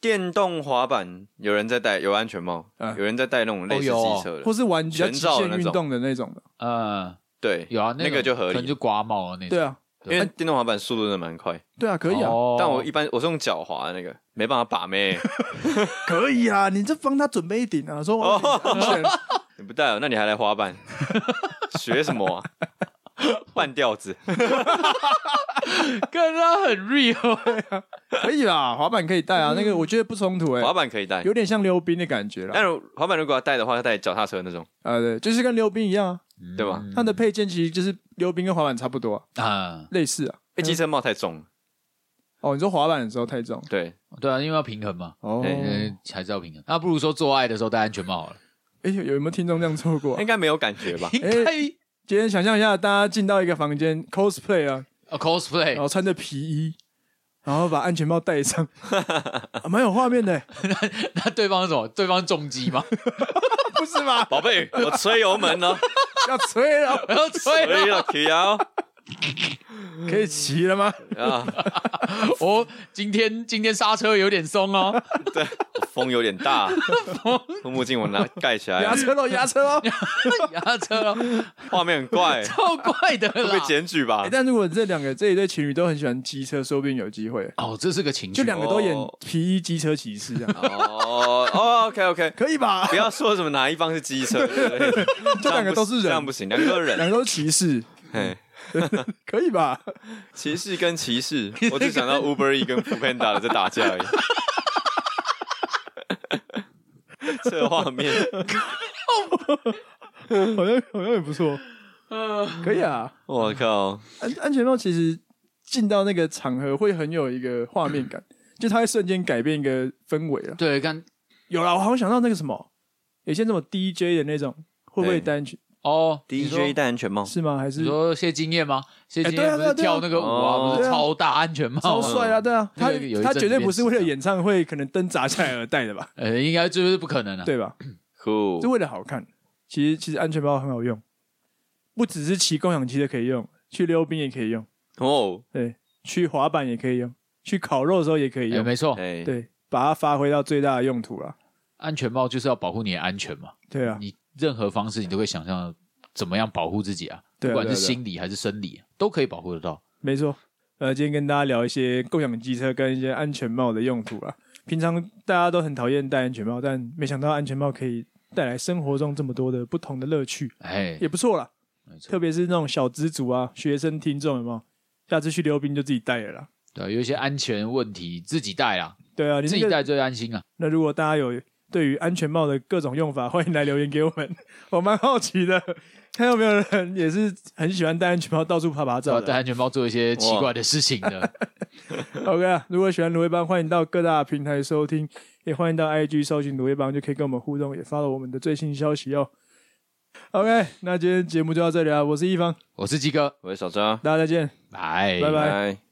电动滑板有人在戴，有安全帽，嗯有人在戴那种类似哦有哦机车的或，是玩比较极限运动的那种的，呃，对，有啊，那个就合可理能就，刮帽啊那种。对，啊，因为电动滑板速度真的蛮快，对啊，可以啊，哦但我一般我是用脚滑的那个，没办法把妹。可以啊，你就帮他准备一顶啊，说我安全，你不戴哦，那你还来滑板？ 学什么啊？半吊子， 跟他很 real，可以啦，滑板可以戴啊，那个我觉得不冲突哎滑，板可哎以戴有，点像溜冰的感觉啦，但如滑板如果要戴的话，要戴脚踏车那种，啊对，就是跟溜冰一样啊， 对吧？它的配件其实就是溜冰跟滑板差不多啊，嗯啊，类似啊。哎，机车帽太重了，哦，你说滑板的时候太重对，对啊，因为要平衡嘛，哦，对哎、嗯，还是要平衡。那不如说做爱的时候戴安全帽好 了，有有没有听众这样错过啊、哎应该没有 ？感觉吧应该今天想象一下，大家进到一个房间 cosplay 啊，呃然 cosplay，后穿着皮衣，然后把安全帽戴上，啊蛮、有画面的、 那对方是什么？对方重击 吗？ 不是吧？宝贝，我吹油门了，哦要吹了，然后吹啊了，吹了，起来哦，可以骑了吗？啊， 哦，今天今天刹车有点松哦， 对，风有点 大，护目镜我拿盖起来压，车喽，压 车喽！压车哦，画面很 怪，超怪的哎会啦被。检举吧哎？但如果这两个这一对情侣都很喜欢机车，说不定有机会。哦，这是个情绪，就两个都演哦皮衣机车骑士 这样，哦哦，OK OK，可以吧不？要说什么哪一方是机车之类的， 这两个都是人这样不行，两个都是两人。个都是骑士，嘿， 可以吧？骑士跟 骑士，我只想到 Uber E 跟 f o o Panda 在打架而已。这画面好像好像也不错，可以啊。我靠！安安全帽其实进到那个场合会很有一个画面感，就它会瞬间改变一个氛围啊了。对，刚有啦，我好像想到那个什么，有些那种 DJ 的那种，会不会对单曲哦你说 DJ 戴安全帽，是吗？还你是说谢金燕吗？谢金哎对燕啊不对啊是跳那个舞啊，对啊不是超大安全帽超吗？帅啊？对啊，哦嗯那他个有一阵他子绝对不是为了变演唱会可能灯砸下来而戴的吧？呃，应该就是不可能了。对吧？酷是为了好看。其实其实安全包很好用，不只是骑共享汽车可以用，去溜冰也可以用，哦！对，去滑板也可以用，去烤肉的时候也可以哎，用，没错，哎，对，把它发挥到最大的用途了。安全帽就是要保护你的安全嘛。对啊，你任何方式你都可以想象怎么样保护自己啊，对啊不管是对啊对啊心理还是生理，都可以保护得到。没错。呃，今天跟大家聊一些共享机车跟一些安全帽的用途啊。平常大家都很讨厌戴安全帽，但没想到安全帽可以带来生活中这么多的不同的乐趣，哎，也不错啦。没错特别是那种小资族啊，学生听众有没有？下次去溜冰就自己带了啦。对啊，有一些安全问题自己戴啦，对啊，你自这己个戴最安心啊。那如果大家有对于安全帽的各种用法，欢迎来留言给我们， 我蛮好奇的，看有没有人也是很喜欢戴安全帽到处爬爬对照啊，戴的。安全帽做一些奇怪的事情 的。 OK 啊，如果喜欢芦苇帮，欢迎到各大平台收听，也欢迎到 IG 搜寻芦苇帮，就可以跟我们互动，也发了我们的最新消息哦。OK，那今天节目就到这里啊，我是一方，我是鸡哥，我是小张，大家再见。拜拜拜拜。